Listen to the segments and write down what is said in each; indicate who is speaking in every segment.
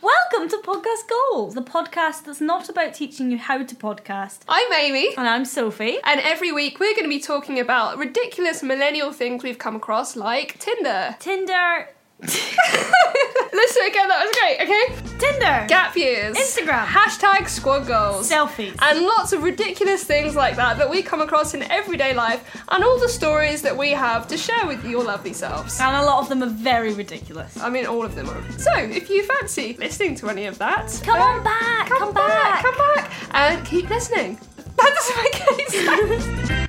Speaker 1: Welcome to Podcast Goals, the podcast that's not about teaching you how to podcast.
Speaker 2: I'm Amy,
Speaker 1: And I'm Sophie.
Speaker 2: and every week we're going to be talking about ridiculous millennial things we've come across, like Tinder.
Speaker 1: Tinder.
Speaker 2: Let's do it again, that was great, okay?
Speaker 1: Tinder.
Speaker 2: Gap years.
Speaker 1: Instagram.
Speaker 2: Hashtag squad goals.
Speaker 1: Selfies.
Speaker 2: And lots of ridiculous things like that that we come across in everyday life, and all the stories that we have to share with your lovely selves.
Speaker 1: and a lot of them are very ridiculous.
Speaker 2: I mean, all of them are. So, if you fancy listening to any of that,
Speaker 1: Come
Speaker 2: uh,
Speaker 1: on back, come back.
Speaker 2: come back, and keep listening. That doesn't make any sense.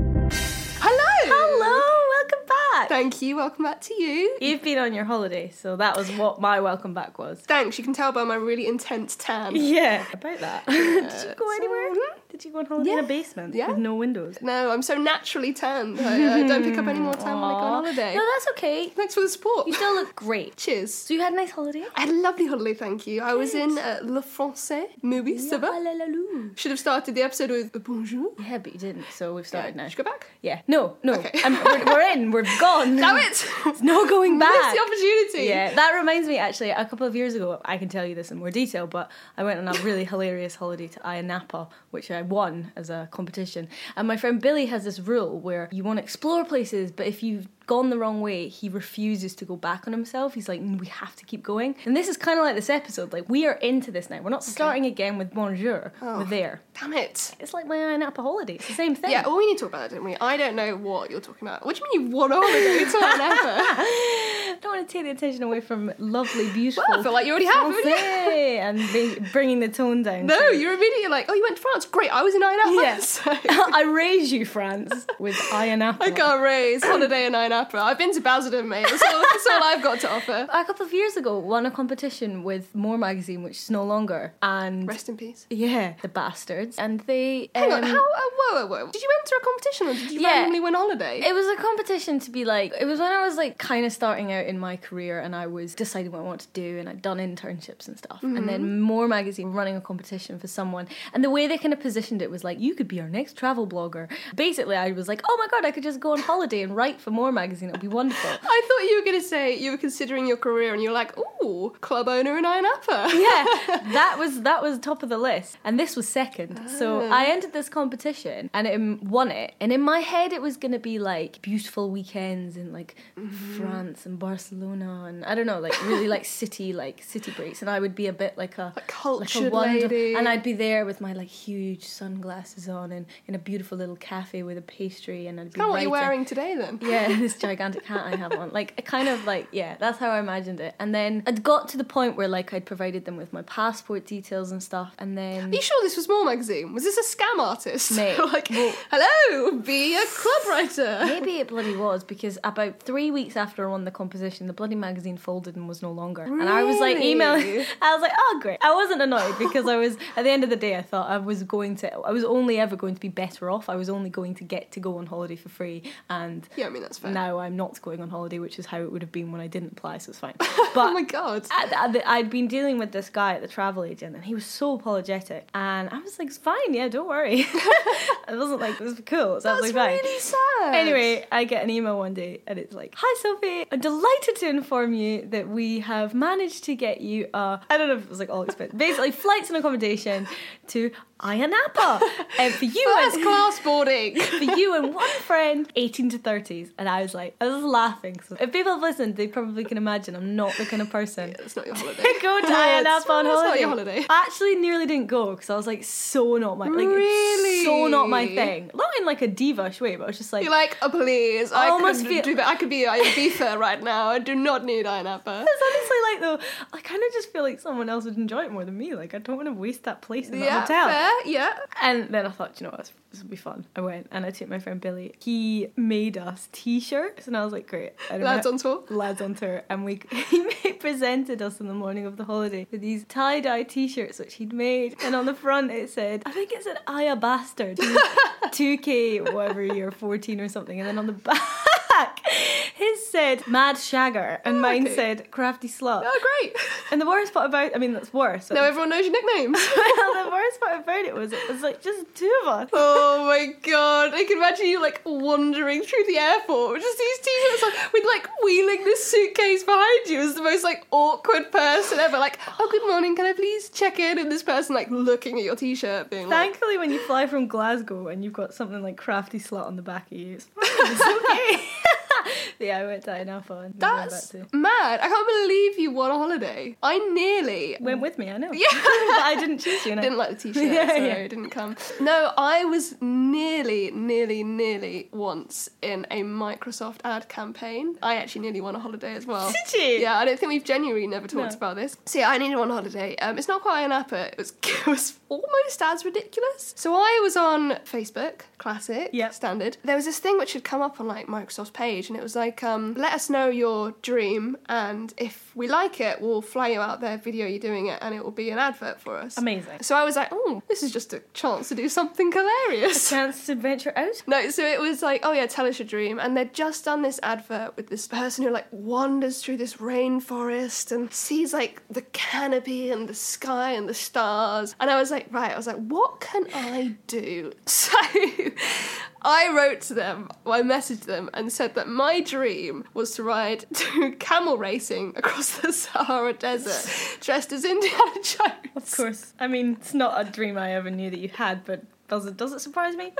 Speaker 2: Hello.
Speaker 1: Hello, welcome back.
Speaker 2: Thank you. Welcome back to you.
Speaker 1: You've been on your holiday, so that was what my welcome back was.
Speaker 2: Thanks. You can tell by my really intense tan.
Speaker 1: Yeah, about that. Did you go
Speaker 2: so-
Speaker 1: anywhere? Did you go on holiday in a basement
Speaker 2: Yeah.
Speaker 1: with no windows?
Speaker 2: No, I'm so naturally tanned. I uh, don't pick up any more tan when I go on holiday.
Speaker 1: No, that's okay.
Speaker 2: Thanks for the support.
Speaker 1: You still look great.
Speaker 2: Cheers.
Speaker 1: So you had a nice holiday?
Speaker 2: I had a lovely holiday, thank you. I was in uh, Le Français movie, ça va?
Speaker 1: Hallelujah.
Speaker 2: Should have started the episode with uh, bonjour.
Speaker 1: Yeah, but you didn't, so we've started now.
Speaker 2: Should we go back?
Speaker 1: Yeah. No, no.
Speaker 2: Okay.
Speaker 1: Um, we're, we're in. We're gone.
Speaker 2: Damn it!
Speaker 1: There's no going back.
Speaker 2: Missed the opportunity.
Speaker 1: Yeah, that reminds me actually, a couple of years ago, I can tell you this in more detail, but I went on a really hilarious holiday to Ayia Napa, which I won as a competition. And my friend Billy has this rule where you want to explore places, but if you've gone the wrong way, he refuses to go back on himself. He's like, "Mm, we have to keep going. And this is kind of like this episode. Like, we are into this now. We're not starting again with bonjour.
Speaker 2: Oh.
Speaker 1: We're there.
Speaker 2: Damn it.
Speaker 1: It's like my Ayia Napa holiday. It's the same thing.
Speaker 2: Yeah, well, we need to talk about that, don't we? I don't know what you're talking about. What do you mean you want all of it? It's all ever.
Speaker 1: I don't want to take the attention away from lovely, beautiful.
Speaker 2: Well, I feel like you already have, haven't you?
Speaker 1: Francais and be- bringing the tone down.
Speaker 2: No, you're immediately like, oh, you went to France. Great, I was in Ireland.
Speaker 1: Yes. I raise you, France, with iron apple.
Speaker 2: I can't raise holiday in Nine Opera. I've been to Basildon, mate. That's all, that's all I've got to offer.
Speaker 1: A couple of years ago, won a competition with More Magazine, which is no longer, and
Speaker 2: Rest in peace.
Speaker 1: yeah, the bastards, and they.
Speaker 2: Hang on,
Speaker 1: um,
Speaker 2: how? Uh, whoa, whoa, whoa. Did you enter a competition or did you
Speaker 1: Yeah.
Speaker 2: randomly win holiday?
Speaker 1: It was a competition to be like, it was when I was like kind of starting out in my career and I was deciding what I wanted to do and I'd done internships and stuff. And then More Magazine running a competition for someone. And the way they kind of positioned it was like, you could be our next travel blogger. Basically, I was like, oh my God, I could just go on holiday and write for More Magazine. It'd be wonderful.
Speaker 2: I thought you were going to say you were considering your career and you were like, ooh, club owner in Iron Upper.
Speaker 1: yeah, that was that was top of the list, and this was second. So
Speaker 2: Oh.
Speaker 1: I entered this competition and it won it. And in my head, it was gonna be like beautiful weekends in like
Speaker 2: Mm-hmm.
Speaker 1: France and Barcelona, and I don't know, like really like city like city breaks. And I would be a bit like a
Speaker 2: cultured
Speaker 1: wonder-
Speaker 2: lady.
Speaker 1: and I'd be there with my like huge sunglasses on and in a beautiful little cafe with a pastry, and I'd be
Speaker 2: Kind of what you're
Speaker 1: writing.
Speaker 2: wearing today then.
Speaker 1: Yeah, this gigantic hat I have on. Like, I kind of like, yeah, that's how I imagined it. And then I'd got to the point where, like, I'd provided them with my passport details and stuff. And then.
Speaker 2: Are you sure this was More Magazine? Was this a scam artist?
Speaker 1: Mate,
Speaker 2: like, hello, be a club writer.
Speaker 1: Maybe it bloody was because about three weeks after I won the composition, the bloody magazine folded and was no longer. And I was like emailing.
Speaker 2: Really?
Speaker 1: I was like, oh great. I wasn't annoyed because I was at the end of the day. I thought I was going to. I was only ever going to be better off. I was only going to get to go on holiday for free. And
Speaker 2: Yeah, I mean, that's fair.
Speaker 1: now I'm not going on holiday, which is how it would have been when I didn't apply. So it's fine. But
Speaker 2: Oh my god.
Speaker 1: I, I, I'd been dealing with this guy at the travel agent, and he was so apologetic. And I was like, "It's fine, yeah, don't worry." I wasn't like, "This is cool." So I was
Speaker 2: That's
Speaker 1: like, "Fine."
Speaker 2: really sad.
Speaker 1: Anyway, I get an email one day, and it's like, "Hi, Sophie. I'm delighted to inform you that we have managed to get you, uh, I don't know if it was like all expense, basically flights and accommodation to Ayia Napa. And for you
Speaker 2: First
Speaker 1: and-
Speaker 2: class boarding.
Speaker 1: for you and one friend, 18 to 30s. And I was like, I was laughing. So if people have listened, they probably can imagine I'm not the kind of person.
Speaker 2: It's not your holiday.
Speaker 1: Go to
Speaker 2: Yeah,
Speaker 1: Ayia
Speaker 2: it's-
Speaker 1: Napa on
Speaker 2: it's
Speaker 1: holiday.
Speaker 2: not your holiday.
Speaker 1: I actually nearly didn't go because I was like, so not my, like, it's
Speaker 2: Really?
Speaker 1: so not my thing. Not in like a diva-ish way, but I was just like,
Speaker 2: You're like, oh please, I,
Speaker 1: I almost
Speaker 2: could
Speaker 1: feel-
Speaker 2: do that. I could be at Ibiza right now. I do not need Iron Apple.
Speaker 1: It's honestly like though, I kind of just feel like someone else would enjoy it more than me. Like I don't want to waste that place in that
Speaker 2: Yeah,
Speaker 1: hotel.
Speaker 2: fair, yeah.
Speaker 1: And then I thought, you know what, this will be fun. I went and I took my friend Billy. He made us t-shirts, and I was like, great. I don't
Speaker 2: Lads
Speaker 1: know-
Speaker 2: on tour?
Speaker 1: Lads on tour, and we he made- presented us on the morning of the holiday with these tie-dye t-shirts which he'd made, and on the front it said, I think it said "Aya bastard," two K whatever year, fourteen or something, and then on the back. His said mad shagger and mine
Speaker 2: Oh, okay.
Speaker 1: said crafty slut.
Speaker 2: Oh, great.
Speaker 1: And the worst part about I mean that's worse.
Speaker 2: Now everyone knows your nicknames.
Speaker 1: the worst part about it was it was like just two of us.
Speaker 2: Oh my god, I can imagine you like wandering through the airport with just these t-shirts on, with like wheeling this suitcase behind you as the most like awkward person ever. Like, oh good morning, can I please check in? And this person like looking at your t-shirt being like,
Speaker 1: Thankfully, when you fly from Glasgow and you've got something like crafty slut on the back of you, it's fine. It's okay. But yeah, I went to Enough and then went
Speaker 2: that's
Speaker 1: back
Speaker 2: mad. I can't believe you won a holiday. I nearly
Speaker 1: to- went with me. I know. Yeah, but I didn't choose you. And I-
Speaker 2: didn't like the t-shirt,
Speaker 1: Yeah,
Speaker 2: so
Speaker 1: yeah.
Speaker 2: it didn't come. No, I was nearly, nearly, nearly once in a Microsoft ad campaign. I actually nearly won a holiday as well.
Speaker 1: Did you?
Speaker 2: Yeah, I don't think we've genuinely never talked
Speaker 1: No.
Speaker 2: about this. So yeah, I nearly won a holiday. Um, it's not quite an app, but it was, it was almost as ridiculous. So I was on Facebook, classic,
Speaker 1: Yep.
Speaker 2: standard. There was this thing which had come up on like Microsoft's page, and it was like, um, let us know your dream, and if we like it, we'll fly you out there, video you doing it, and it will be an advert for us.
Speaker 1: Amazing.
Speaker 2: So I was like, oh, this is just a chance to do something hilarious.
Speaker 1: Chance to venture out.
Speaker 2: No, so it was like, oh yeah, tell us your dream. And they'd just done this advert with this person who like wanders through this rainforest and sees like the canopy and the sky and the stars. And I was like, right, I was like, what can I do? So I wrote to them, I messaged them and said that my dream was to ride to camel racing across the Sahara Desert dressed as Indiana Jones.
Speaker 1: Of course. I mean, it's not a dream I ever knew that you had, but does it does it surprise me?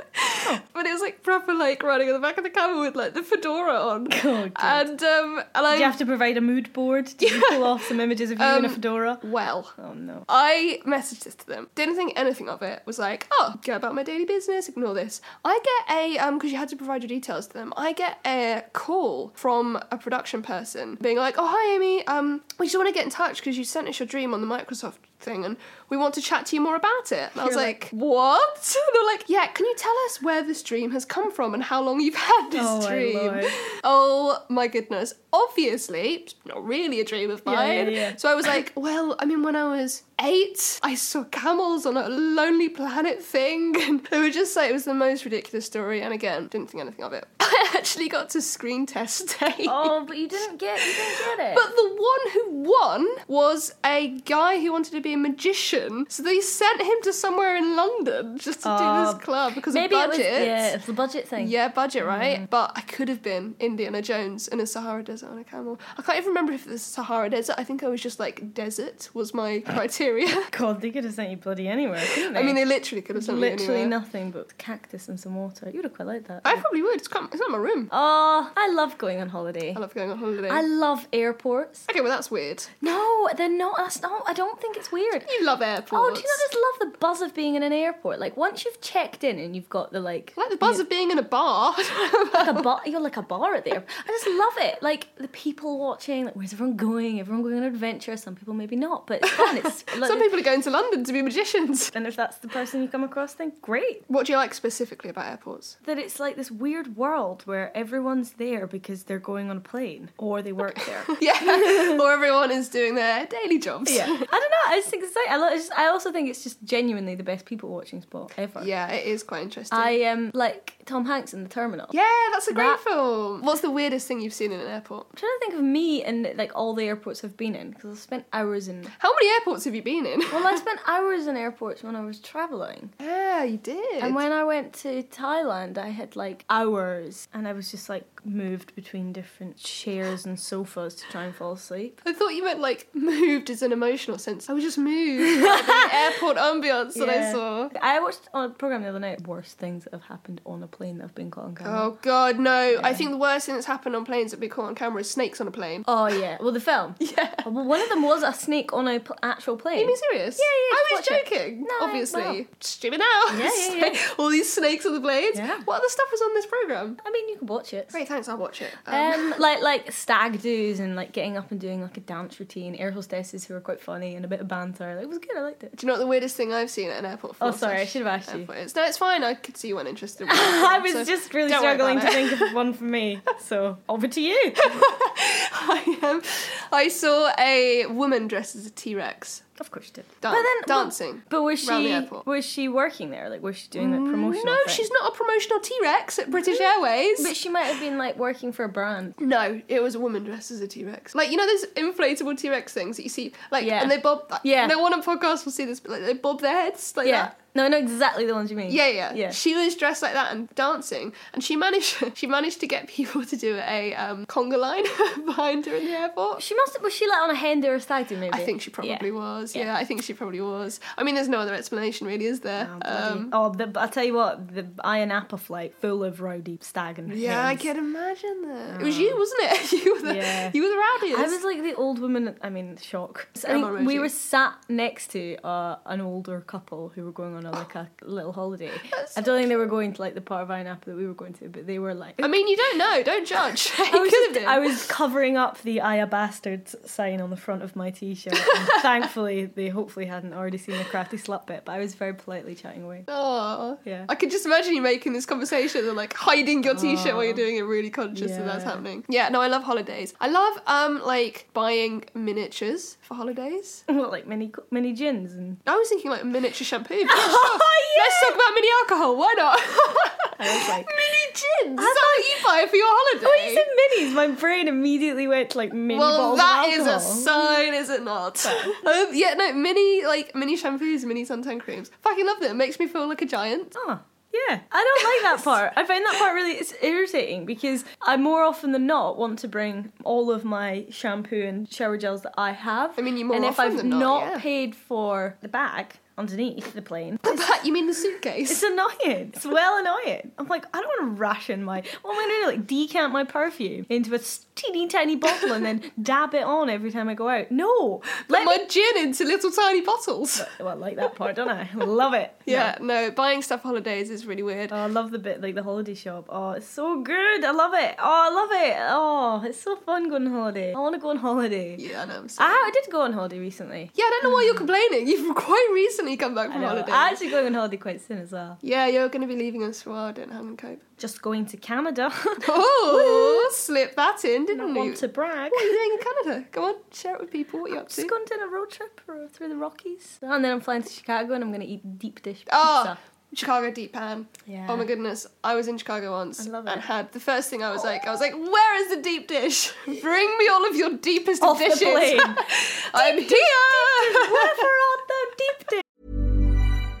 Speaker 2: But it was like proper like riding on the back of the camel with like the fedora on.
Speaker 1: God.
Speaker 2: and um and I
Speaker 1: Do you have to provide a mood board? Do you pull off some images of you in a
Speaker 2: Um,
Speaker 1: fedora?
Speaker 2: well.
Speaker 1: Oh no.
Speaker 2: I messaged this to them. Didn't think anything of it. Was like, oh, go about my daily business. Ignore this. I get a um because you had to provide your details to them. I get a call from a production person being like, oh hi Amy, um we just want to get in touch because you sent us your dream on the Microsoft thing and we want to chat to you more about it. And I was
Speaker 1: You're
Speaker 2: like, what? They're like, yeah. Can you tell us where this dream has come from and how long you've had this
Speaker 1: Oh, my
Speaker 2: dream?
Speaker 1: lord.
Speaker 2: Oh my goodness. Obviously, it's not really a dream of mine.
Speaker 1: yeah, yeah.
Speaker 2: So I was like, well, I mean, when I was eight, I saw camels on a Lonely Planet thing. And they were just like, it was the most ridiculous story. And again, didn't think anything of it. I actually got to screen test day.
Speaker 1: Oh, but you didn't get you didn't get it.
Speaker 2: But the one who won was a guy who wanted to be a magician. So they sent him to somewhere in London just to do
Speaker 1: Oh,
Speaker 2: this club because
Speaker 1: Maybe
Speaker 2: of budget.
Speaker 1: it was yeah, it's the budget thing.
Speaker 2: Yeah, budget, right?
Speaker 1: Mm.
Speaker 2: But I could have been Indiana Jones in a Sahara desert on a camel. I can't even remember if it was Sahara desert. I think I was just like desert was my criteria.
Speaker 1: God, they could have sent you bloody anywhere, couldn't they?
Speaker 2: I mean, they literally could have sent me
Speaker 1: literally
Speaker 2: anywhere.
Speaker 1: nothing but cactus and some water. You would have quite liked that.
Speaker 2: I probably would. It's, quite, it's not my room.
Speaker 1: oh, I love going on holiday.
Speaker 2: I love going on holiday.
Speaker 1: I love airports.
Speaker 2: okay, well that's weird.
Speaker 1: No, they're not. That's not. I don't think it's weird.
Speaker 2: You love airports.
Speaker 1: Oh, do you not just love the buzz of being in an airport? Like once you've checked in and you've got the like,
Speaker 2: I like the buzz of being in a bar.
Speaker 1: like a bar, you're like a bar at the airport. I just love it. Like the people watching. Like where's everyone going? Everyone going on an adventure. Some people maybe not, but it's fun. It's
Speaker 2: Some people are going to London to be magicians.
Speaker 1: And if that's the person you come across, then great.
Speaker 2: What do you like specifically about airports?
Speaker 1: that it's like this weird world where everyone's there because they're going on a plane or they work there.
Speaker 2: Yeah, or everyone is doing their daily jobs.
Speaker 1: I don't know. I just think it's like, I, lo- I just, I also think it's just genuinely the best people watching spot ever.
Speaker 2: Yeah, it is quite interesting.
Speaker 1: I am um, like Tom Hanks in the terminal.
Speaker 2: Yeah, that's a great
Speaker 1: That-
Speaker 2: film. What's the weirdest thing you've seen in an airport?
Speaker 1: I'm trying to think of me and like all the airports I've been in because I've spent hours in.
Speaker 2: How many airports have you been in?
Speaker 1: Well, I spent hours in airports when I was traveling.
Speaker 2: yeah, you did.
Speaker 1: And when I went to Thailand, I had like hours, and and I was just like moved between different chairs and sofas to try and fall asleep.
Speaker 2: I thought you meant like moved as an emotional sense. I was just moved by the airport ambience that I saw.
Speaker 1: I watched on a program the other night worst things that have happened on a plane that have been caught on camera.
Speaker 2: Oh god, no. I think the worst thing that's happened on planes that be caught on camera is snakes on a plane.
Speaker 1: Oh yeah, well the film.
Speaker 2: Yeah.
Speaker 1: Oh, Well, one of them was a snake on a pl- actual plane.
Speaker 2: Are you serious?
Speaker 1: Yeah, yeah,
Speaker 2: I was
Speaker 1: just watch it.
Speaker 2: joking.
Speaker 1: No,
Speaker 2: obviously.
Speaker 1: well.
Speaker 2: Stupid now.
Speaker 1: Yeah, yeah, yeah.
Speaker 2: All these snakes on the blades.
Speaker 1: Yeah.
Speaker 2: What other stuff was on this programme?
Speaker 1: I mean, you can watch it.
Speaker 2: Great, thanks, I'll watch it. Um,
Speaker 1: Um, like like stag do's and like getting up and doing like a dance routine, air hostesses who are quite funny and a bit of banter. Like, it was good. I liked it.
Speaker 2: do you know what the weirdest thing I've seen at an airport
Speaker 1: Oh,
Speaker 2: floor
Speaker 1: sorry, I
Speaker 2: sesh-
Speaker 1: should have asked you.
Speaker 2: airport is? No, it's fine, I could see you weren't interested.
Speaker 1: I was just really
Speaker 2: don't worry
Speaker 1: struggling to
Speaker 2: about it.
Speaker 1: think of one for me. So over to you.
Speaker 2: I am. I saw a woman dressed as a T Rex.
Speaker 1: of course you did.
Speaker 2: Dan- dancing
Speaker 1: But, was
Speaker 2: around the
Speaker 1: she
Speaker 2: airport. Mm,
Speaker 1: was she working there? Like was she doing that promotional?
Speaker 2: No,
Speaker 1: thing?
Speaker 2: she's not a promotional T Rex at British Airways.
Speaker 1: But she might have been like working for a brand.
Speaker 2: No, it was a woman dressed as a T Rex. Like you know those inflatable T Rex things that you see, like
Speaker 1: Yeah.
Speaker 2: and they bob.
Speaker 1: Yeah.
Speaker 2: No one on podcast will see this, but like they bob their heads like
Speaker 1: Yeah.
Speaker 2: that.
Speaker 1: No, I know exactly the ones you mean.
Speaker 2: Yeah, yeah,
Speaker 1: Yeah.
Speaker 2: She was dressed like that and dancing, and she managed. She managed to get people to do a um, conga line behind her in the airport.
Speaker 1: She must have, was she like on a hen or a stag do maybe?
Speaker 2: I think she probably
Speaker 1: Yeah.
Speaker 2: was. Yeah. I think she probably was. I mean, there's no other explanation really, is there?
Speaker 1: Bloody-
Speaker 2: Um,
Speaker 1: oh, the, but I'll tell you what, the Iron Apple flight full of rowdy stag and
Speaker 2: yeah, I
Speaker 1: hens.
Speaker 2: can imagine that. It was you, wasn't it? You were the
Speaker 1: Mm. Yeah.
Speaker 2: you were the rowdiest.
Speaker 1: I was like the old woman. I mean, shock. So I
Speaker 2: I'm
Speaker 1: think
Speaker 2: already-
Speaker 1: we were sat next to uh, an older couple who were going on a, like a little holiday. I don't think they were going to like the part of Ironapa that we were going to, but they were like.
Speaker 2: I mean, you don't know. Don't judge.
Speaker 1: I was,
Speaker 2: could have
Speaker 1: just-
Speaker 2: been.
Speaker 1: I was covering up the "I a bastard" sign on the front of my T-shirt. And thankfully, they hopefully hadn't already seen the crafty slut bit, but I was very politely chatting away.
Speaker 2: Oh,
Speaker 1: Yeah.
Speaker 2: I could just imagine you making this conversation and like hiding your t-shirt while you're doing it, really conscious that that's
Speaker 1: Oh. Yeah.
Speaker 2: happening. Yeah, no, I love holidays. I love um like buying miniatures for holidays.
Speaker 1: What like mini mini gins and
Speaker 2: I was thinking like miniature shampoo. but sure, Let's talk about mini alcohol. Why not?
Speaker 1: I was like.
Speaker 2: mini gins. Is that what you buy for your holiday?
Speaker 1: When you said minis, my brain immediately went to like mini
Speaker 2: well,
Speaker 1: bottles
Speaker 2: that
Speaker 1: of
Speaker 2: is
Speaker 1: alcohol.
Speaker 2: a sign, is it not? um, yeah, no, mini like mini shampoos, mini suntan creams. Fucking love them. It makes me feel like a giant.
Speaker 1: Oh, yeah. I don't like that part. I find that part really it's irritating because I more often than not want to bring all of my shampoo and shower gels that I have.
Speaker 2: I mean, you more
Speaker 1: And if
Speaker 2: often
Speaker 1: I've
Speaker 2: than not, yeah.
Speaker 1: paid for the bag underneath the plane,
Speaker 2: But you mean the suitcase?
Speaker 1: it's annoying. It's well annoying. I'm like, I don't want to ration my. What am I going to do? Like, decant my perfume into a s- teeny tiny bottle and then dab it on every time I go out? No. Let
Speaker 2: my
Speaker 1: me.
Speaker 2: gin into little tiny bottles.
Speaker 1: Well, I like that part, don't I? Love it.
Speaker 2: Yeah, no, buying stuff for holidays is really weird.
Speaker 1: Oh, I love the bit like the holiday shop. Oh, it's so good. I love it. Oh, I love it. Oh, it's so fun going on holiday. I want to go on holiday.
Speaker 2: yeah, I know. I'm sorry.
Speaker 1: Ah, I did go on holiday recently.
Speaker 2: yeah, I don't know why you're complaining. You've quite recently come back
Speaker 1: I
Speaker 2: from
Speaker 1: know. Ah.
Speaker 2: holiday.
Speaker 1: I'm actually going on holiday quite soon as well.
Speaker 2: yeah, you're going to be leaving us for a while. Don't hang and cope.
Speaker 1: Just going to Canada.
Speaker 2: Oh, slip that in,
Speaker 1: I
Speaker 2: didn't you?
Speaker 1: want to brag.
Speaker 2: What are you doing in Canada? Go on, share it with people. What you up to?
Speaker 1: Just going on a road trip or through the Rockies. And then I'm flying to Chicago and I'm going to eat deep dish pizza.
Speaker 2: Oh, Chicago deep pan.
Speaker 1: Yeah.
Speaker 2: Oh my goodness, I was in Chicago once
Speaker 1: I love
Speaker 2: and
Speaker 1: it.
Speaker 2: had the first thing I was like, I was like, where is the deep dish? Bring me all of your deepest of
Speaker 1: Off the
Speaker 2: dishes.
Speaker 1: plane.
Speaker 2: I'm here.
Speaker 1: Whatever on the deep dish.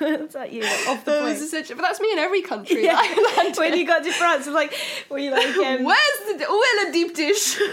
Speaker 1: That's at you, like, off the
Speaker 2: Those are
Speaker 1: point.
Speaker 2: such, but that's me in every country
Speaker 1: Yeah.
Speaker 2: that I land
Speaker 1: when
Speaker 2: in.
Speaker 1: you got to France, it's like, were you like, um,
Speaker 2: Where's the oh, a deep dish?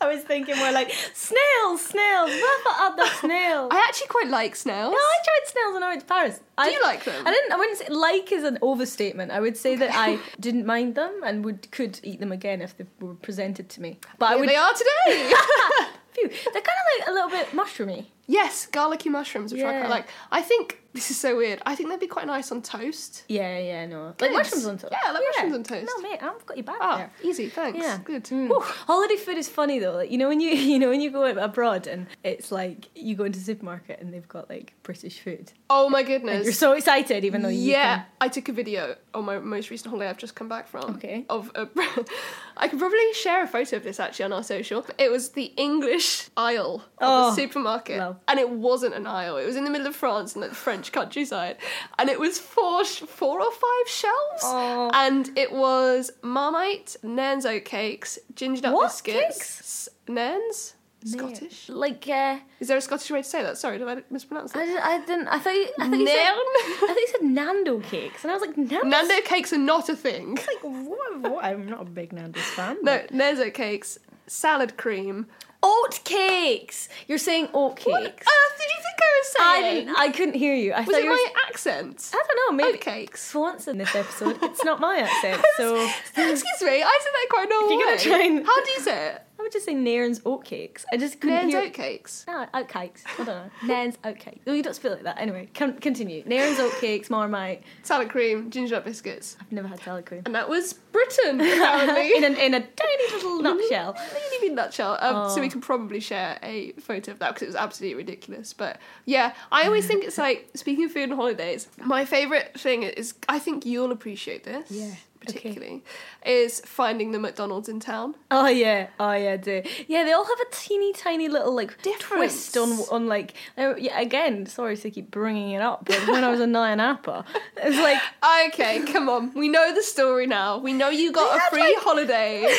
Speaker 1: I was thinking more like snails, snails. What are the snails?
Speaker 2: I actually quite like snails.
Speaker 1: No, I tried snails when I went to Paris. Do I,
Speaker 2: you like them?
Speaker 1: I didn't. I wouldn't say like is an overstatement. I would say that I didn't mind them and would could eat them again if they were presented to me. But I
Speaker 2: Here
Speaker 1: would.
Speaker 2: they are today.
Speaker 1: Phew, they're kind of like a little bit mushroomy.
Speaker 2: yes, garlicky mushrooms, which I
Speaker 1: Yeah.
Speaker 2: quite like. I think this is so weird. I think they'd be quite nice on toast.
Speaker 1: Yeah, yeah, no. Like mushrooms on toast.
Speaker 2: Yeah, like mushrooms on toast.
Speaker 1: No, mate, I've got you back
Speaker 2: Ah,
Speaker 1: there.
Speaker 2: easy. Thanks.
Speaker 1: Yeah. Mm.
Speaker 2: Good.
Speaker 1: Ooh, holiday food is funny though. Like, you know when you you know when you go abroad and it's like you go into supermarket and they've got like British food.
Speaker 2: Oh my
Speaker 1: And
Speaker 2: goodness.
Speaker 1: you're so excited even though you
Speaker 2: yeah,
Speaker 1: can-
Speaker 2: I took a video on my most recent holiday I've just come back from.
Speaker 1: Okay.
Speaker 2: Of a, I could probably share a photo of this actually on our social. It was the English aisle of
Speaker 1: Oh,
Speaker 2: the supermarket,
Speaker 1: love.
Speaker 2: and it wasn't an aisle. It was in the middle of France in the French countryside, and it was four, sh- four or five shelves,
Speaker 1: Oh.
Speaker 2: and it was Marmite, Nairn's oat cakes, ginger nut
Speaker 1: What
Speaker 2: biscuits,
Speaker 1: cakes?
Speaker 2: s- Nairn's. Scottish?
Speaker 1: Like uh,
Speaker 2: Is there a Scottish way to say that? Sorry, did I mispronounce
Speaker 1: I,
Speaker 2: that?
Speaker 1: didn't- I didn't. I thought you. I thought you said, I
Speaker 2: Nairn?
Speaker 1: thought you said Nando cakes, and I was like Nando.
Speaker 2: Nando cakes are not a thing.
Speaker 1: Like what, what? I'm not a big Nando's fan.
Speaker 2: No, there's oat cakes, salad cream.
Speaker 1: oat cakes. You're saying oat cakes.
Speaker 2: What on earth did you think I was
Speaker 1: I
Speaker 2: saying?
Speaker 1: didn't. I couldn't hear you. I
Speaker 2: was
Speaker 1: thought
Speaker 2: it
Speaker 1: you were.
Speaker 2: my accent?
Speaker 1: I don't know. Maybe
Speaker 2: Oat cakes.
Speaker 1: Swans in this episode. It's not my accent. So
Speaker 2: Excuse me, I said that quite normal.
Speaker 1: You're gonna
Speaker 2: way.
Speaker 1: try and-
Speaker 2: How do you say it?
Speaker 1: I would just say Nairn's oatcakes. I just couldn't
Speaker 2: Nairn's
Speaker 1: hear.
Speaker 2: oat cakes.
Speaker 1: No, oatcakes. I don't know. Nairn's oatcakes. Well, you don't spell it like that. Anyway, con- continue. Nairn's oatcakes, Marmite.
Speaker 2: Salad cream, ginger nut biscuits.
Speaker 1: I've never had salad cream.
Speaker 2: And that was Britain, apparently.
Speaker 1: In,
Speaker 2: Mm-hmm.
Speaker 1: an, in a tiny little nutshell. Oh.
Speaker 2: Really mean nutshell. Um, So we can probably share a photo of that because it was absolutely ridiculous. But yeah, I always think it's like speaking of food and holidays. My favorite thing is I think you'll appreciate this.
Speaker 1: Yeah, okay.
Speaker 2: Particularly, is finding the McDonald's in town.
Speaker 1: Oh yeah, oh yeah, I do yeah. They all have a teeny tiny little like
Speaker 2: Difference.
Speaker 1: twist on on like uh, yeah. Again, sorry to keep bringing it up, but when I was in Nyanapa, it was like
Speaker 2: Okay, come on. We know the story now. We know you got
Speaker 1: They
Speaker 2: a
Speaker 1: had,
Speaker 2: free
Speaker 1: like-
Speaker 2: holiday.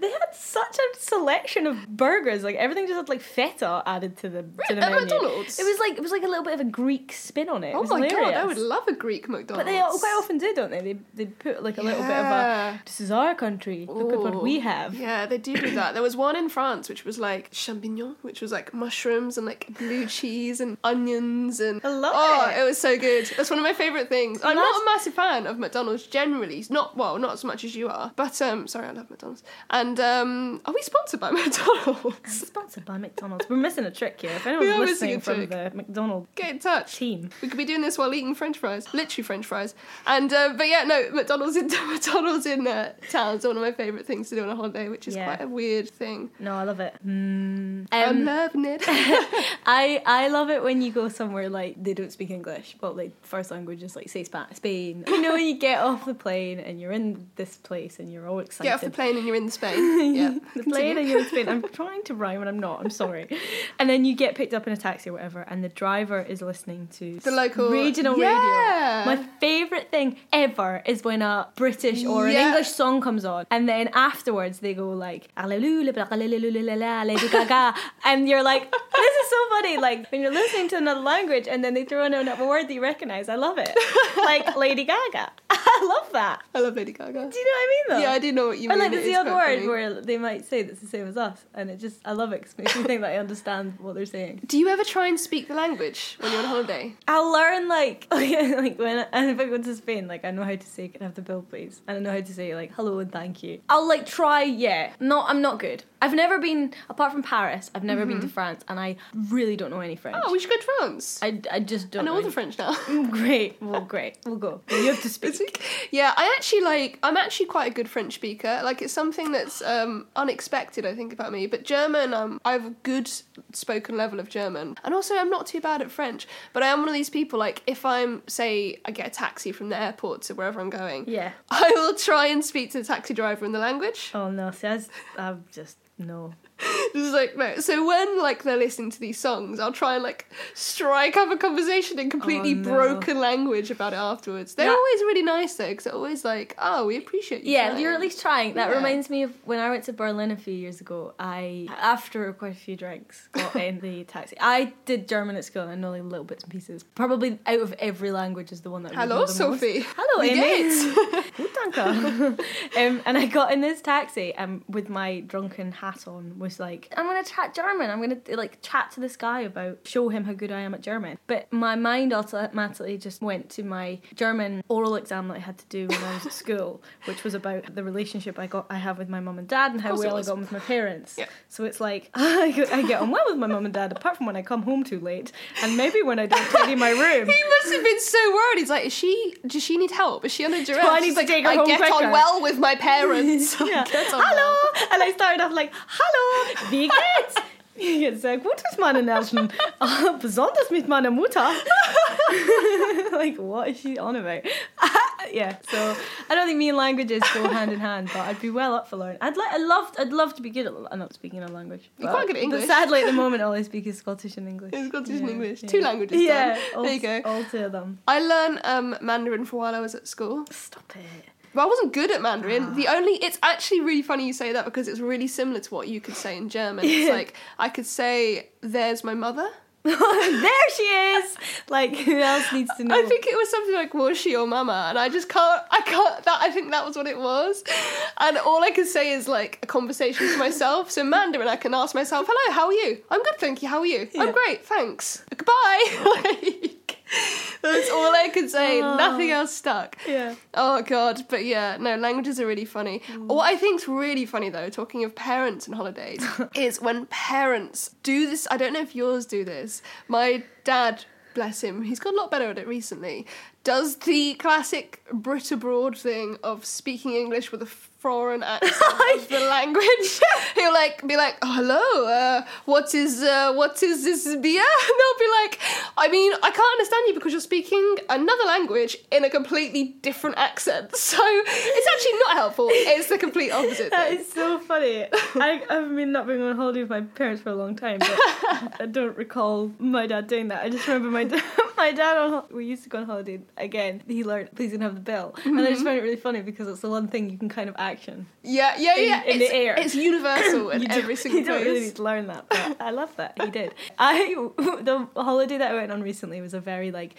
Speaker 1: they had such a selection of burgers. Like everything just had like feta added to the to the
Speaker 2: at
Speaker 1: menu.
Speaker 2: McDonald's?
Speaker 1: It was like it was like a little bit of a Greek spin on it. It
Speaker 2: Oh
Speaker 1: was
Speaker 2: my god, I
Speaker 1: hilarious.
Speaker 2: would love a Greek McDonald's.
Speaker 1: But they all- quite often do, don't they? They they put like a little bit of
Speaker 2: Yeah.
Speaker 1: a this is our country. Look at what we have.
Speaker 2: Oh, Yeah, they do do that. There was one in France which was like champignon, which was like mushrooms and like blue cheese and onions and
Speaker 1: I love
Speaker 2: oh,
Speaker 1: it.
Speaker 2: was so good. That's one of my favorite things. I'm not
Speaker 1: Imagine-
Speaker 2: a massive fan of McDonald's generally. Not well, not as much as you are. But um, sorry, I love McDonald's. And um, are we sponsored by McDonald's?
Speaker 1: Sponsored by McDonald's. We're missing a trick here. If anyone's
Speaker 2: are missing a
Speaker 1: listening from
Speaker 2: trick.
Speaker 1: the McDonald's
Speaker 2: Get in touch.
Speaker 1: team.
Speaker 2: We could be doing this while eating French fries, literally French fries. And uh, but yeah, no, McDonald's in McDonald's in uh, town is one of my favourite things to do on a holiday, which is
Speaker 1: Yeah.
Speaker 2: quite a weird thing.
Speaker 1: No, I love it. Mm.
Speaker 2: I'm
Speaker 1: Um,
Speaker 2: loving it.
Speaker 1: I I love it when you go somewhere like they don't speak English, but like first language is like say Spa- Spain. You know, when you get off the plane and you're in this place and you're all excited.
Speaker 2: Get off the plane and you're in Spain. Yeah,
Speaker 1: The plane and you're in Spain. I'm trying to rhyme and I'm not. I'm sorry. And then you get picked up in a taxi or whatever, and the driver is listening to
Speaker 2: The local-
Speaker 1: regional
Speaker 2: Yeah.
Speaker 1: radio. My favorite thing ever is when a British or an
Speaker 2: Yeah.
Speaker 1: English song comes on, and then afterwards they go like "Hallelujah, blah, hallelujah, la, la, Lady Gaga," and you're like, "This is so funny!" Like when you're listening to another language, and then they throw in a word that you recognize. I love it. Like Lady Gaga. I love that.
Speaker 2: I love Lady Gaga.
Speaker 1: Do you know what I mean? Though
Speaker 2: Yeah, I do know what you
Speaker 1: but
Speaker 2: mean.
Speaker 1: like, there's
Speaker 2: It
Speaker 1: the odd
Speaker 2: is quite
Speaker 1: word
Speaker 2: funny.
Speaker 1: where they might say that's the same as us, and it just I love it 'cause it makes me think that I understand what they're saying.
Speaker 2: Do you ever try and speak the language when you're on holiday?
Speaker 1: I'll learn like like when and if I go to Spain, like I know how to say "Can I have the bill, please?" and I know how to say like "Hello" and "Thank you." I'll like try, yeah. No, I'm not good. I've never been apart from Paris. I've never been to France, and I really don't know any French.
Speaker 2: Mm-hmm. Oh, we should go to France.
Speaker 1: I, I just don't
Speaker 2: I know all
Speaker 1: any-
Speaker 2: the French now.
Speaker 1: Great, well, great, we'll go. You have to speak.
Speaker 2: yeah, I actually like. I'm actually quite a good French speaker. Like, it's something that's um, unexpected, I think, about me. But German, um, I have a good spoken level of German, and also I'm not too bad at French. But I am one of these people. Like, if I'm say I get a taxi from the airport to wherever I'm going,
Speaker 1: Yeah.
Speaker 2: I will try and speak to the taxi driver in the language.
Speaker 1: Oh no, see, I was- I'm just No.
Speaker 2: Just like no. So when like they're listening to these songs, I'll try and like strike up a conversation in completely
Speaker 1: Oh, no.
Speaker 2: broken language about it afterwards. They're
Speaker 1: Yeah.
Speaker 2: always really nice though, because they're always like, "Oh, we appreciate you."
Speaker 1: Yeah,
Speaker 2: trying."
Speaker 1: you're at least trying. That
Speaker 2: Yeah.
Speaker 1: reminds me of when I went to Berlin a few years ago. I, after quite a few drinks, got in the taxi. I did German at school and I know like little bits and pieces. Probably out of every language is the one that. I really
Speaker 2: Hello,
Speaker 1: know the most.
Speaker 2: Sophie.
Speaker 1: Hello,
Speaker 2: Wie
Speaker 1: Amy.
Speaker 2: geht's?
Speaker 1: Gut, danke. um, and I got in this taxi um, with my drunken hat on, was like, I'm going to chat German. I'm going to like chat to this guy about, show him how good I am at German. But my mind automatically just went to my German oral exam that I had to do when I was at school, which was about the relationship I got I have with my mum and dad and how
Speaker 2: course it
Speaker 1: well I
Speaker 2: was.
Speaker 1: got on with my parents.
Speaker 2: Yeah.
Speaker 1: So it's like, I get- I get on well with my mum and dad, apart from when I come home too late and maybe when I don't tidy my room.
Speaker 2: He must have been so worried. He's like, "Is she? Does she need help? Is she under duress?"
Speaker 1: I need
Speaker 2: She's
Speaker 1: to
Speaker 2: like,
Speaker 1: take her
Speaker 2: I
Speaker 1: home
Speaker 2: get
Speaker 1: quicker."
Speaker 2: on well with my parents. I
Speaker 1: Yeah.
Speaker 2: get on well.
Speaker 1: Hallo! And I started off like, hallo, wie geht's? Mir geht's sehr gut mit meinen Eltern. Ah, Besonders mit meiner Mutter. like, what is she on about? yeah, so I don't think me and languages go hand in hand, but I'd be well up for learning. I'd like, I loved, I'd love to be good at I'm not speaking a language. but-
Speaker 2: quite good at English.
Speaker 1: But sadly, at the moment, all I speak is Scottish and English.
Speaker 2: It's Scottish and
Speaker 1: Yeah,
Speaker 2: English.
Speaker 1: yeah.
Speaker 2: Two languages.
Speaker 1: Yeah,
Speaker 2: done.
Speaker 1: all,
Speaker 2: there you go.
Speaker 1: all two of them.
Speaker 2: I learned um, Mandarin for while I was at school.
Speaker 1: Stop it.
Speaker 2: But I wasn't good at Mandarin. The only it's actually really funny you say that because it's really similar to what you could say in German. It's like I could say "There's my mother."
Speaker 1: there she is. Like, who else needs to know?
Speaker 2: I think it was something like "Was she your mama?" And I just can't. I can't. That I think that was what it was. And all I could say is like a conversation to myself. So Mandarin, I can ask myself, "Hello, how are you? I'm good, thank you. How are you? I'm great, thanks. Goodbye." like, that's all I could say. Nothing else stuck.
Speaker 1: Yeah.
Speaker 2: Oh god, but yeah, no, languages are really funny. What I think's really funny though, talking of parents and holidays, is when parents do this. I don't know if yours do this. My dad, bless him, he's got a lot better at it recently. Does the classic Brit abroad thing of speaking English with a foreign accent of the language. He'll like be like, oh, "Hello, uh, what is uh, what is this beer?" And they'll be like, "I mean, I can't understand you because you're speaking another language in a completely different accent." So it's actually not helpful. It's the complete opposite.
Speaker 1: That
Speaker 2: thing.
Speaker 1: is so funny. I, I've been not being on holiday with my parents for a long time, but I don't recall my dad doing that. I just remember my dad, my dad on hol- we used to go on holiday again. He learned please don't have the bill, and
Speaker 2: Mm-hmm.
Speaker 1: I just found it really funny because it's the one thing you can kind of action.
Speaker 2: yeah, yeah,
Speaker 1: in-
Speaker 2: yeah.
Speaker 1: in the
Speaker 2: it's,
Speaker 1: air.
Speaker 2: it's universal in every single
Speaker 1: you don't really
Speaker 2: place.
Speaker 1: need to learn that, but I love that he did. I the holiday that I went on recently was a very like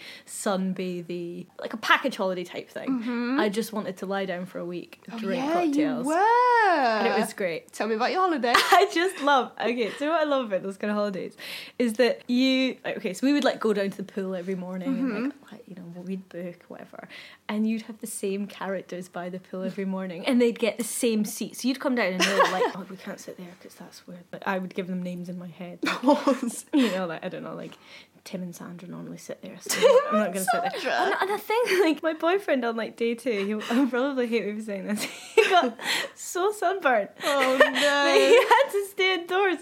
Speaker 1: sunbathy, like a package holiday type thing. I just wanted to lie down for a week, drink
Speaker 2: Mm-hmm. Oh, yeah,
Speaker 1: cocktails,
Speaker 2: you were.
Speaker 1: and it was great.
Speaker 2: Tell me about your holiday.
Speaker 1: I just love. Okay, so what I love about those kind of holidays is that you. like, Okay, so we would like go down to the pool every morning and like, like, you know read book whatever, and you'd have the same characters by the pool every morning, and they'd get the same seats. So you'd come down and know like, oh, we can't sit there because that's where. Like, I would give them names in my head. like, you know, like I don't know, like. Tim and Sandra normally sit there. So I'm not going to sit there. And, and the thing, like my boyfriend on like day two, he'll I'll probably hate me for saying this. He got so sunburned.
Speaker 2: Oh,
Speaker 1: That he had to stay indoors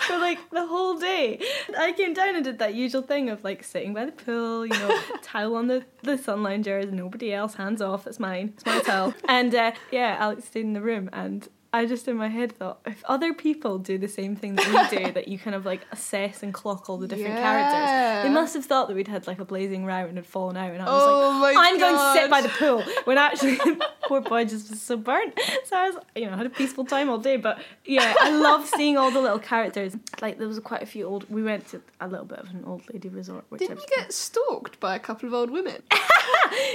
Speaker 1: for like the whole day. I came down and did that usual thing of like sitting by the pool, you know, towel on the, the sun loungers, nobody else, hands off, it's mine, it's my towel. And uh, yeah, Alex stayed in the room and I just in my head thought if other people do the same thing that we do, that you kind of like assess and clock all the different characters,
Speaker 2: Yeah.
Speaker 1: they must have thought that we'd had like a blazing row and had fallen out. And I was
Speaker 2: Oh
Speaker 1: like,
Speaker 2: my
Speaker 1: I'm going to sit
Speaker 2: God.
Speaker 1: by the pool when actually the poor boy just was so burnt. So I was, you know, had a peaceful time all day. But yeah, I love seeing all the little characters. Like there was quite a few old. We went to a little bit of an old lady resort. Which I
Speaker 2: Didn't
Speaker 1: was
Speaker 2: you get stalked by a couple of old women?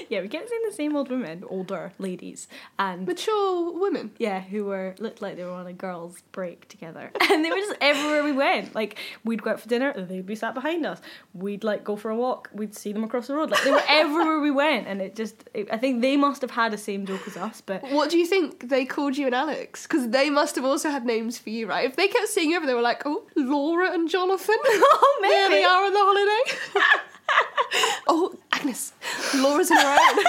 Speaker 1: Yeah, we kept seeing the same old women, older ladies, and
Speaker 2: Mature women.
Speaker 1: yeah, who were looked like they were on a girls' break together, and they were just everywhere we went. Like we'd go out for dinner, they'd be sat behind us. We'd like go for a walk, we'd see them across the road. Like they were everywhere we went, and it just. It, I think they must have had the same joke as us, but
Speaker 2: What do you think they called you and Alex? Because they must have also had names for you, right? If they kept seeing you over, they were like, oh, Laura and Jonathan.
Speaker 1: Oh,
Speaker 2: There
Speaker 1: maybe.
Speaker 2: they are on the holiday. oh, Agnes. Laura's in her own.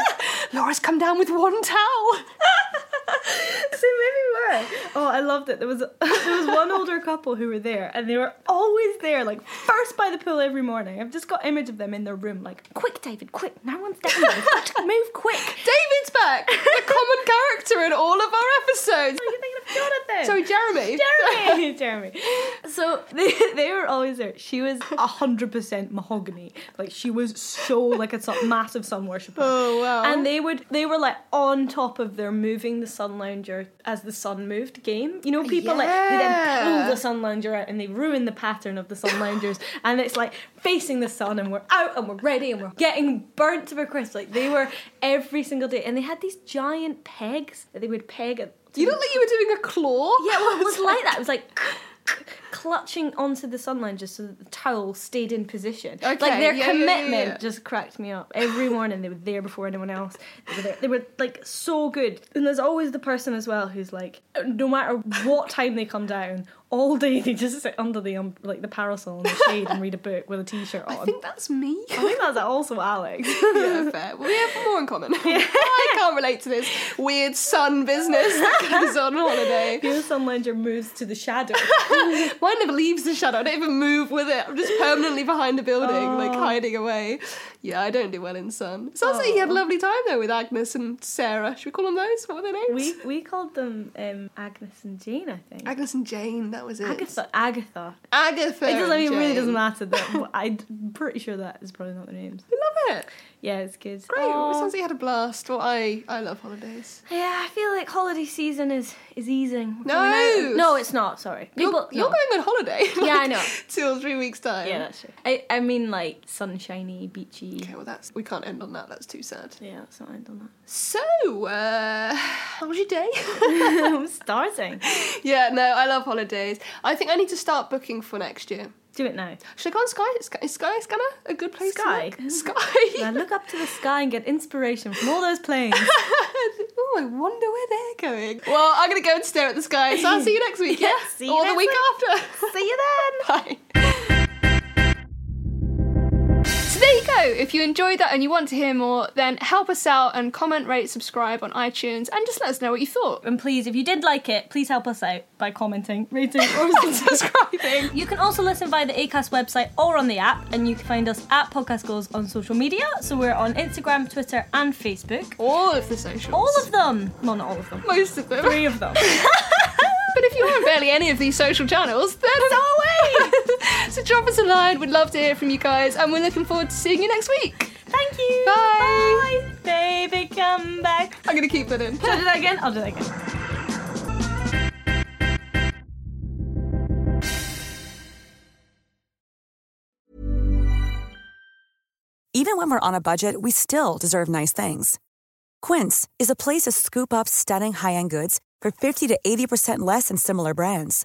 Speaker 2: Laura's come down with one towel.
Speaker 1: So maybe we were. Oh, I loved it. There was there was one older couple who were there, and they were always there, like first by the pool every morning. I've just got image of them in their room, like quick, David, quick. No one's down. there. Quick, Move quick.
Speaker 2: David's back, the common character in all of our episodes.
Speaker 1: You're thinking of Kevin.
Speaker 2: Sorry, Jeremy.
Speaker 1: Jeremy, Jeremy. So they, they were always there. She was hundred percent mahogany. Like she was so like a sun, massive sun worshipper.
Speaker 2: Oh, wow.
Speaker 1: And they would they were like on top of their moving the sun lounger as the sun moved game. You know, people like they then
Speaker 2: Yeah.
Speaker 1: pull the sun lounger out and they ruin the pattern of the sun loungers. and it's like facing the sun and we're out and we're ready and we're getting burnt to a crisp. Like they were every single day, and they had these giant pegs that they would peg. At,
Speaker 2: You look like you were doing a claw.
Speaker 1: yeah, well, it was like that. It was like clutching onto the sunline just so that the towel stayed in position. like
Speaker 2: Okay,
Speaker 1: their
Speaker 2: yeah, yeah, yeah,
Speaker 1: commitment
Speaker 2: yeah.
Speaker 1: just cracked me up. Every morning they were there before anyone else. They were, there. they were like so good. And there's always the person as well who's like, no matter what time they come down, all day they just sit under the um, like the parasol in the shade and read a book with a t-shirt on.
Speaker 2: I think that's me.
Speaker 1: I think that's also Alex.
Speaker 2: yeah, fair. Well, we have more in common. I can't relate to this weird sun business that goes on holiday.
Speaker 1: Your sunlander moves to the shadow.
Speaker 2: Mine never leaves the shadow. I don't even move with it. I'm just permanently behind a building, like
Speaker 1: Oh.
Speaker 2: hiding away. Yeah, I don't do well in sun. Sounds like
Speaker 1: Oh.
Speaker 2: you had a lovely time though with Agnes and Sarah. Should we call them those? What were their names?
Speaker 1: we we called them um, Agnes and Jane, I think.
Speaker 2: Agnes and Jane. That was it.
Speaker 1: Agatha. Agatha.
Speaker 2: Agatha.
Speaker 1: It doesn't. I mean,
Speaker 2: and
Speaker 1: it really doesn't
Speaker 2: Jane.
Speaker 1: matter. That I'm pretty sure that is probably not their names.
Speaker 2: I love it.
Speaker 1: Yeah, it's good.
Speaker 2: Great. Well, it
Speaker 1: Aw.
Speaker 2: sounds like you had a blast. Well, I I love holidays.
Speaker 1: Yeah, I feel like holiday season is is easing.
Speaker 2: No.
Speaker 1: Coming out. no, it's not. Sorry,
Speaker 2: You're,
Speaker 1: People-
Speaker 2: you're
Speaker 1: no.
Speaker 2: going on holiday. in,
Speaker 1: Yeah, I
Speaker 2: like,
Speaker 1: know.
Speaker 2: Two or three weeks time.
Speaker 1: Yeah, that's true. I, I mean, like sunshiny, beachy.
Speaker 2: Okay, well, that's we can't end on that. That's too sad.
Speaker 1: Yeah, that's not end on
Speaker 2: So, uh, how was your day?
Speaker 1: that. I'm starting.
Speaker 2: yeah, no, I love holidays. I think I need to start booking for next year.
Speaker 1: Do it now.
Speaker 2: Should I go on Sky? Is Sky, is Sky Scanner a good place?
Speaker 1: Sky?
Speaker 2: To look? Sky.
Speaker 1: Now look up to the sky and get inspiration from all those planes.
Speaker 2: oh, I wonder where they're going. Well, I'm gonna go and stare at the sky. So I'll see you next week.
Speaker 1: Yeah,
Speaker 2: Yeah,
Speaker 1: see you
Speaker 2: or
Speaker 1: next
Speaker 2: the week
Speaker 1: week. See
Speaker 2: after.
Speaker 1: you then.
Speaker 2: Bye.
Speaker 3: So there you go. If you enjoyed that and you want to hear more, then help us out and comment, rate, subscribe on iTunes, and just let us know what you thought.
Speaker 1: And please, if you did like it, please help us out by commenting, rating, or subscribing. You can also listen via the ACAST website or on the app, and you can find us at Podcast Goals on social media. So we're on Instagram, Twitter, and Facebook.
Speaker 2: All of the socials.
Speaker 1: All of them. Well, not all of them.
Speaker 2: most of them.
Speaker 1: Three of them.
Speaker 3: But if you aren't barely any of these social channels, then so drop us a line. We'd love to hear from you guys, and we're looking forward to seeing you next week.
Speaker 1: Thank you.
Speaker 3: Bye.
Speaker 1: Bye. Baby, come back.
Speaker 2: I'm gonna keep that in.
Speaker 1: Should I do that again? I'll do that again.
Speaker 4: Even when we're on a budget, we still deserve nice things. Quince is a place to scoop up stunning high-end goods for 50 to 80% less than similar brands.